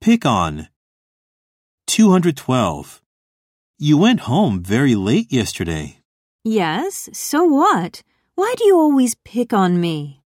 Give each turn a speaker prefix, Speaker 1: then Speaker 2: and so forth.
Speaker 1: Pick on. 212. You went home very late yesterday.
Speaker 2: Yes, so what? Why do you always pick on me?